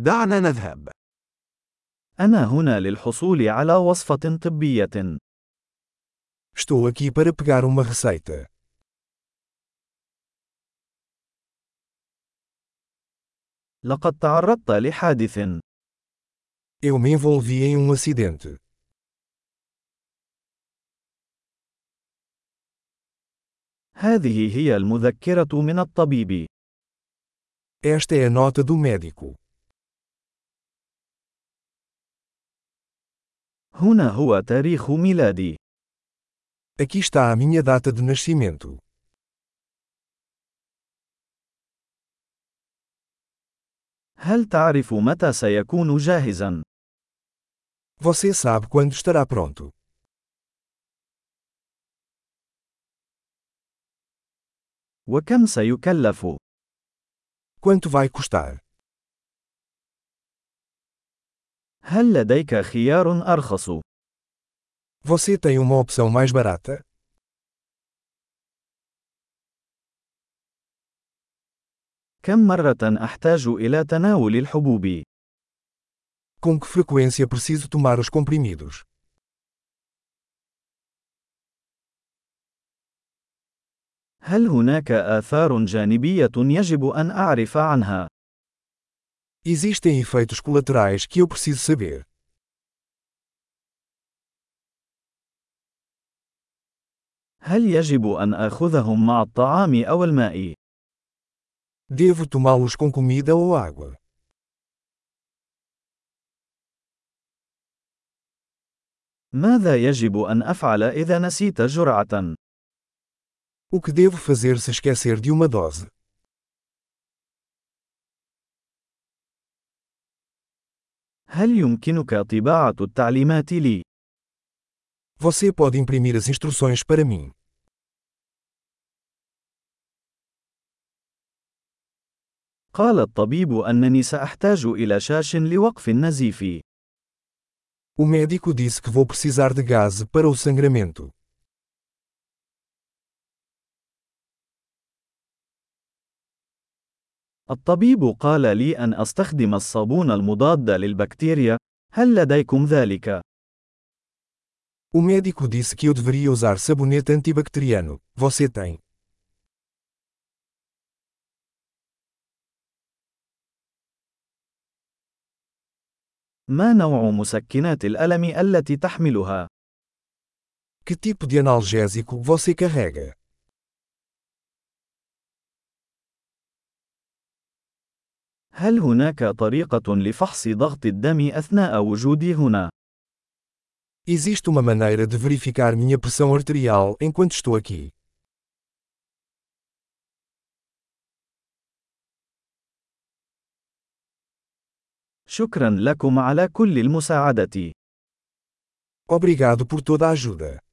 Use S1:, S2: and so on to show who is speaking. S1: دعنا نذهب.
S2: أنا هنا للحصول على وصفة طبية.
S3: Estou aqui para pegar uma receita.
S2: لقد تعرضت لحادث.
S3: Eu me envolvi em um acidente.
S2: هذه هي المذكرة من الطبيب.
S3: Esta é a nota do médico.
S2: هنا هو تاريخ ميلادي.
S3: Aqui está a minha data de nascimento.
S2: هل تعرف متى سيكون جاهزا؟
S3: Você sabe quando estará pronto.
S2: وكم سيكلف؟
S3: Quanto vai custar?
S2: هل لديك خيار أرخص؟
S3: Você tem uma opção mais barata?
S2: كم مرة أحتاج إلى تناول الحبوب؟
S3: Com que frequência preciso tomar os comprimidos?
S2: هل هناك آثار جانبية يجب أن أعرف عنها؟
S3: Existem efeitos colaterais que eu preciso saber.
S2: هل يجب أن آخذهم مع الطعام أو الماء؟
S3: Devo tomá-los com comida ou água?
S2: ماذا يجب أن أفعل إذا نسيت جرعة؟
S3: O que devo fazer se esquecer de uma dose?
S2: هل يمكنك طباعة التعليمات لي؟
S3: Você pode imprimir as instruções para mim.
S2: قال الطبيب أنني سأحتاج إلى شاش لوقف النزيف.
S3: O médico disse que vou precisar de gás para o sangramento.
S2: الطبيب قال لي أن أستخدم الصابون المضاد للبكتيريا. هل لديكم ذلك؟
S3: O médico disse que eu deveria usar sabonete antibacteriano. Você tem?
S2: ما نوع مسكنات الألم التي تحملها؟
S3: Que tipo de analgésico você carrega?
S2: هل هناك طريقة لفحص ضغط الدم أثناء وجودي هنا؟
S3: Existe uma maneira de verificar minha pressão arterial enquanto estou aqui.
S2: شكرا لكم على كل المساعدة.
S3: Obrigado por toda a ajuda.